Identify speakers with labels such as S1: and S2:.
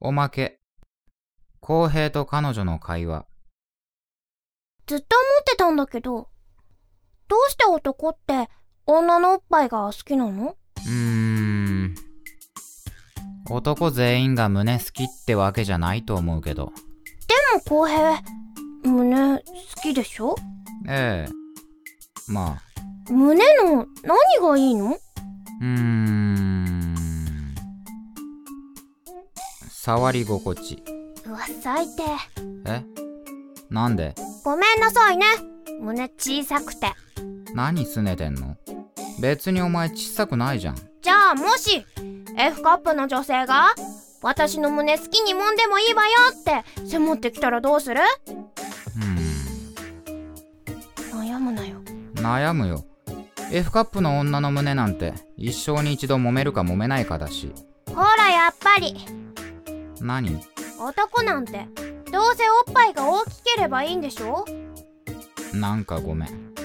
S1: おまけ。公平と彼女の会話。
S2: ずっと思ってたんだけど、どうして男って女のおっぱいが好きなの
S1: うーん。男全員が胸好きってわけじゃないと思うけど。
S2: でも公平、胸好きでしょ
S1: ええ。まあ。
S2: 胸の何がいいの
S1: うーん。触り心地。
S2: うわ、最低。
S1: えなんで
S2: ごめんなさいね。胸小さくて。
S1: 何すねてんの別にお前小さくないじゃん。
S2: じゃあもし F カップの女性が私の胸好きに揉んでもいいわよって迫ってきたらどうする
S1: う
S2: 悩むなよ
S1: ーん。悩むよ。F カップの女の胸なんて一生に一度揉めるか揉めないかだし。
S2: ほらやっぱり
S1: 何
S2: 男なんてどうせおっぱいが大きければいいんでしょ
S1: なんかごめん。